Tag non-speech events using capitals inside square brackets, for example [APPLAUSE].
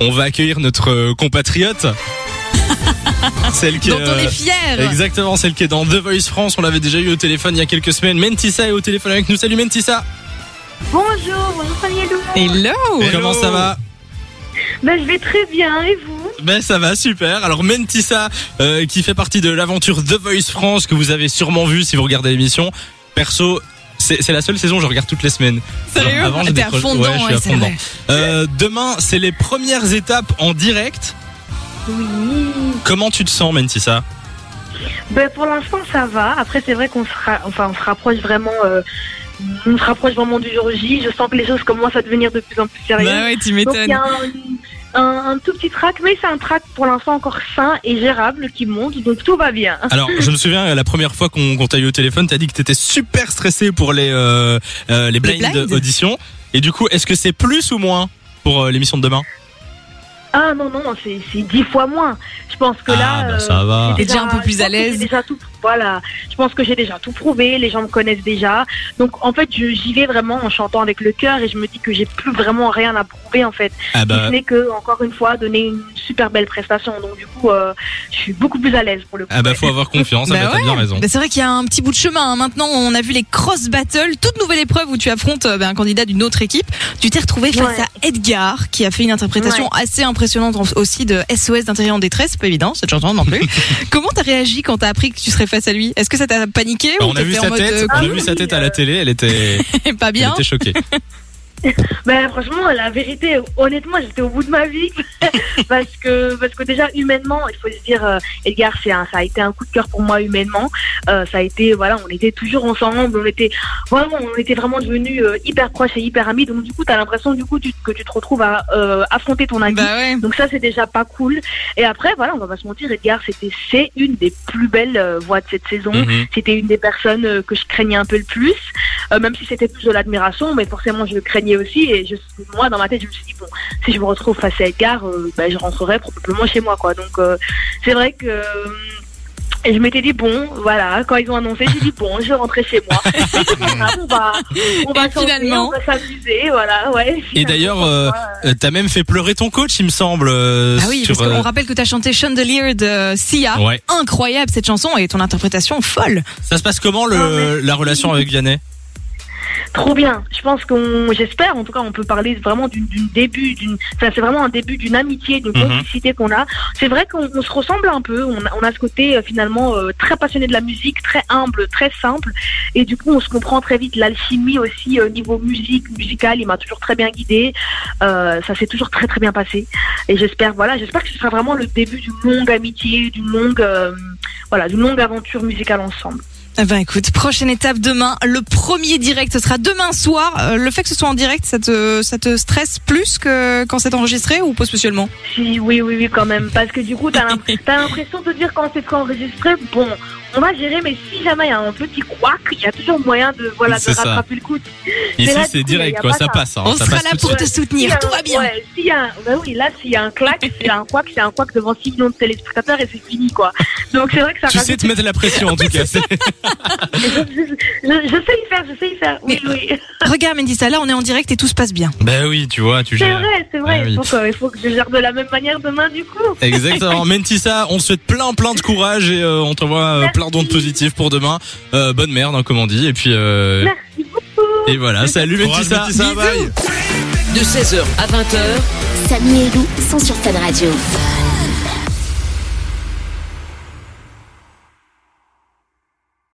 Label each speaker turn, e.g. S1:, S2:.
S1: On va accueillir notre euh, compatriote. celle qui
S2: dont on
S1: euh,
S2: est fier.
S1: Exactement, celle qui est dans The Voice France. On l'avait déjà eu au téléphone il y a quelques semaines. Mentissa est au téléphone avec nous. Salut Mentissa.
S3: Bonjour, bonjour Fanny et Lou.
S2: Hello
S1: Comment ça va
S3: Ben, je vais très bien, et vous
S1: Ben ça va super. Alors Mentissa euh, qui fait partie de l'aventure The Voice France que vous avez sûrement vu si vous regardez l'émission. Perso, c'est c'est la seule saison que je regarde toutes les semaines.
S2: Sérieux
S1: Avant, je
S2: T'es à
S1: décroche-
S2: fond
S1: ouais,
S2: dedans,
S1: je suis
S2: ouais,
S1: à
S2: c'est
S1: fond
S2: vrai.
S1: dedans. Euh, demain, c'est les premières étapes en direct.
S3: Oui.
S1: Comment tu te sens Mentissa
S3: Ben, pour l'instant, ça va. Après, c'est vrai qu'on se, ra- enfin, on se rapproche vraiment... euh, On se rapproche vraiment du jour J. Je sens que les choses commencent à devenir de plus en plus sérieuses.
S2: Bah ouais, tu
S3: Donc, il y
S2: m'étonnes.
S3: a un, un- un tout petit trac, mais c'est un trac pour l'instant encore sain et gérable qui monte, donc tout va bien.
S1: Alors, je me souviens, euh, la première fois qu'on qu'on t'a eu au téléphone, t'as dit que t'étais super stressé pour les, euh, euh, les blind,
S2: blinds
S1: auditions. Et du coup, est-ce que c'est plus ou moins pour euh, l'émission de demain
S3: Ah non, non, non, c'est c'est dix fois moins. Je pense que là...
S1: Ah, bah
S3: euh,
S1: ça va.
S2: T'es déjà un peu plus
S3: je pense
S2: à
S3: que j'ai
S2: l'aise.
S3: déjà tout- Voilà, je pense que j'ai déjà tout prouvé, les gens me connaissent déjà. Donc en fait, je- j'y vais vraiment en chantant avec le cœur et je me dis que j'ai plus vraiment rien à prouver en fait.
S1: Ah
S3: Si
S1: bah,
S3: ce n'est que, encore une fois, donner une super belle prestation. Donc du coup, euh, je suis beaucoup plus à l'aise pour le coup.
S1: ah bah, faut avoir confiance, ah
S2: Bah
S1: bah, t'as bien raison.
S2: Bah, c'est vrai qu'il y a un petit bout de chemin. hein. Maintenant, on a vu les cross battles, toute nouvelle épreuve où tu affrontes euh, ben, un candidat d'une autre équipe. Tu t'es retrouvé face
S3: Ouais.
S2: à Edgar, qui a fait une interprétation assez impressionnante en- aussi de SOS d'intérieur en détresse. C'est pas évident, cette chanson non [LAUGHS] plus. Comment t'as réagi quand t'as appris que tu serais face à lui Est-ce que ça t'a paniqué
S1: Bah,
S2: ou
S1: on a vu
S2: t'étais en
S1: sa
S2: mode
S1: tête,
S2: euh,
S1: on a
S3: ah
S1: vu
S3: oui,
S1: sa tête à
S3: euh,
S1: la télé, elle était,
S2: [LAUGHS] pas
S1: elle
S2: bien
S1: était choquée.
S3: Ben franchement, la vérité, honnêtement, j'étais au bout de ma vie [LAUGHS] parce que parce que déjà humainement, il faut se dire, euh, Edgar, c'est un, ça a été un coup de cœur pour moi humainement. Euh, ça a été, voilà, on était toujours ensemble, on était vraiment, on était vraiment devenus euh, hyper proches et hyper amis. Donc du coup, t'as l'impression du coup tu- que tu te retrouves à euh, affronter ton ami.
S2: Bah ouais.
S3: Donc ça, c'est déjà pas cool. Et après, voilà, on va pas se mentir, Edgar, c'était c'est une des plus belles euh, voix de cette saison.
S1: Mhm.
S3: C'était une des personnes euh, que je craignais un peu le plus, Euh, même si c'était plus de l'admiration, mais forcément je le craignais aussi. Et je, moi, dans ma tête, je me suis dit bon, si je me retrouve face à Edgar, euh, ben, je rentrerai probablement chez moi, quoi. Donc euh, c'est vrai que. euh, et je m'étais dit bon, voilà, quand ils ont annoncé, j'ai dit bon, je vais rentrer chez moi. Et c'est pas grave, on va, on va
S2: Et
S3: chanter,
S2: finalement
S3: on va s'amuser, voilà, ouais.
S1: Et d'ailleurs, euh, euh, t'as même fait pleurer ton coach, il me semble. euh,
S2: Ah oui,
S1: sur,
S2: parce qu'on
S1: euh,
S2: rappelle que t'as chanté Chandelier de euh, Sia.
S1: Ouais.
S2: Incroyable cette chanson et ton interprétation folle.
S1: Ça se passe comment le,
S3: Ah,
S1: la relation avec Vianney
S3: Trop bien. Je pense qu'on, j'espère, en tout cas, on peut parler vraiment d'une d'une début, d'une. Enfin, c'est vraiment un début d'une amitié, d'une
S1: Mhm.
S3: complicité qu'on a. C'est vrai qu'on on se ressemble un peu. On a, on a ce côté euh, finalement euh, très passionné de la musique, très humble, très simple, et du coup, on se comprend très vite. L'alchimie aussi euh, niveau musique, musicale, il m'a toujours très bien guidé. Euh, ça s'est toujours très très bien passé. Et j'espère, voilà, j'espère que ce sera vraiment le début d'une longue amitié, d'une longue, euh, voilà, d'une longue aventure musicale ensemble.
S2: Eh ben écoute, prochaine étape demain, le premier direct, ce sera demain soir. Euh, le fait que ce soit en direct, ça te, ça te stresse plus que quand c'est enregistré ou pas spécialement
S3: Si, oui, oui, oui, quand même. Parce que du coup, t'as l'imp- t'as l'impression de dire quand c'est enregistré, bon, on va gérer, mais si jamais il y a un petit couac, il y a toujours moyen de, voilà, de
S1: C'est ça.
S3: rattraper le coup. Mais
S1: Ici,
S3: là, du
S1: c'est
S3: coup,
S1: direct,
S3: y a
S1: quoi,
S3: pas
S1: ça
S3: ça.
S1: passe. hein,
S2: On
S1: ça
S2: sera
S1: passe
S2: là
S1: tout de
S2: pour
S1: suite.
S2: te
S3: S'il y a
S2: soutenir, tout
S3: un-
S2: va bien.
S3: ouais, s'il y a un- bah oui, là, s'il y a un clac, s'il y a un couac, c'est un couac devant 6 millions de téléspectateurs et c'est fini, quoi. Donc c'est vrai que ça
S1: Tu
S3: rajoute-
S1: sais te mettre la pression en tout cas. c'est-
S3: je, je- je- je sais y faire, je sais y faire. Oui, oui.
S2: Regarde Mendissa, là on est en direct et tout se passe bien.
S1: Bah oui, tu vois, tu
S3: C'est
S1: gères.
S3: vrai, c'est vrai.
S1: Ah oui.
S3: il, faut que, il faut que je gère de la même manière demain, du coup.
S1: Exactement. Mentissa, on te souhaite plein plein de courage et euh, on t'envoie euh, plein d'ondes positives pour demain. Euh, bonne merde, hein, comme on dit. Et puis euh,
S3: Merci beaucoup.
S1: et voilà. Salut Mentissa.
S2: Bisous.
S4: de 16h à 20h.
S5: Samy et Lou sont sur Fan Radio.